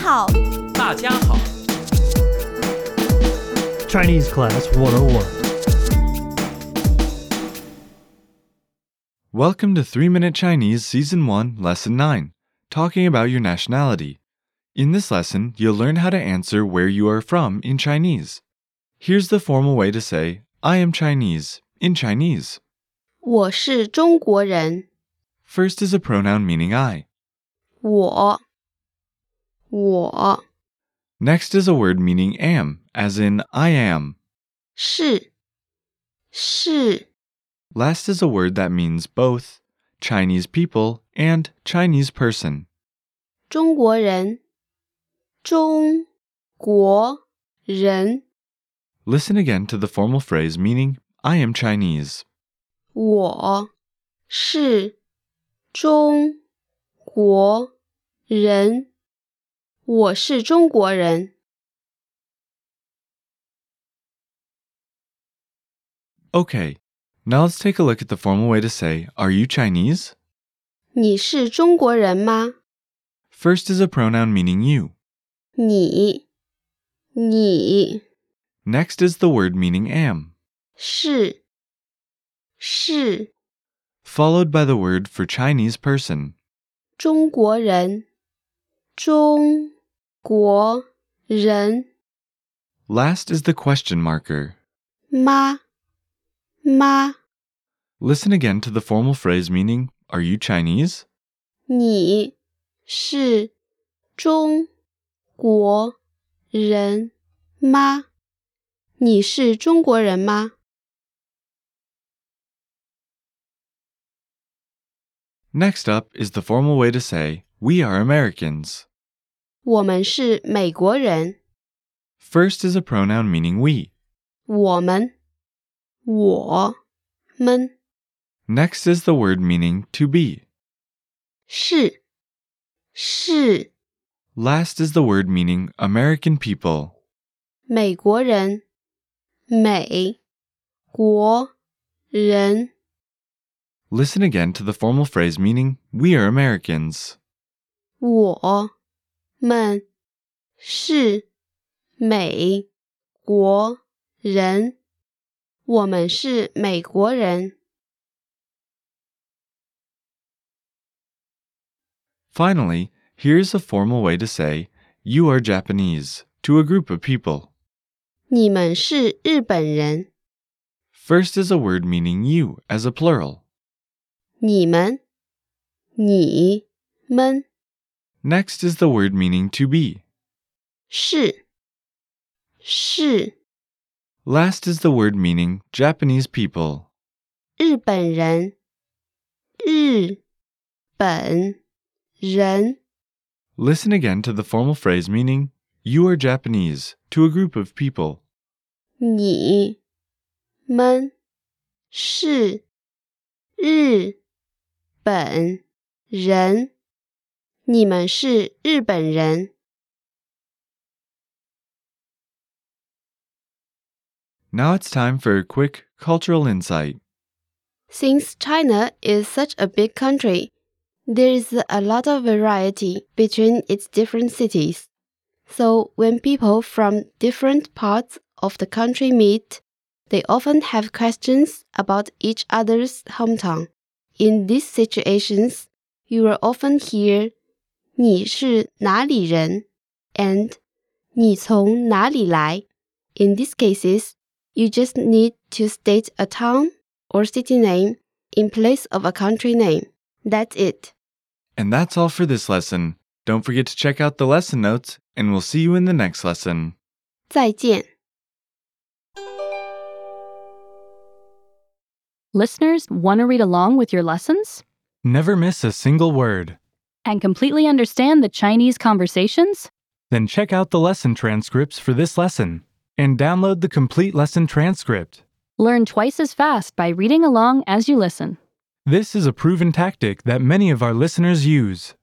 好，大家好， Chinese Class 101. Welcome to 3 Minute Chinese Season 1, Lesson 9, talking about your nationality. In this lesson, you'll learn how to answer where you are from in Chinese. Here's the formal way to say, I am Chinese, in Chinese. 我是中国人， First is a pronoun meaning I. 我，我 Next is a word meaning am, as in I am. 是是 Last is a word that means both Chinese people and Chinese person. 中国人，中国人， Listen again to the formal phrase meaning I am Chinese. 我是中国人，我是中国人， Okay, now let's take a look at the formal way to say, Are you Chinese? 你是中国人吗？ First is a pronoun meaning you. 你，你 Next is the word meaning am, 是是 followed by the word for Chinese person. 中国人，中国人 Last is the question marker. 妈妈， Listen again to the formal phrase meaning, Are you Chinese? 你是中国人吗？你是中国人吗？ Next up is the formal way to say, We are Americans. 我们是美国人， First is a pronoun meaning we. 我们，我们 Next is the word meaning to be. 是是 Last is the word meaning American people. 美国人，美国人。 Listen again to the formal phrase meaning we are Americans. 我们是美国人，我们是美国人。 Finally, here's a formal way to say you are Japanese to a group of people. 你们是日本人， First is a word meaning you as a plural. 你们，你们 Next is the word meaning to be. 是是 Last is the word meaning Japanese people. 日本人，日本人。 Listen again to the formal phrase meaning you are Japanese to a group of people. 你们是日本人，你们是日本人。 Now it's time for a quick cultural insight. Since China is such a big country, there is a lot of variety between its different cities. So when people from different parts of the country meet, they often have questions about each other's hometown. In these situations, you will often hear 你是哪里人 and 你从哪里来 In these cases, you just need to state a town or city name in place of a country name. That's it. And that's all for this lesson. Don't forget to check out the lesson notes, and we'll see you in the next lesson. 再见。 Listeners, want to read along with your lessons Never miss a single word. and completely understand the Chinese conversations? Then check out the lesson transcripts for this lesson and download the complete lesson transcript. Learn twice as fast by reading along as you listen. This is a proven tactic that many of our listeners use.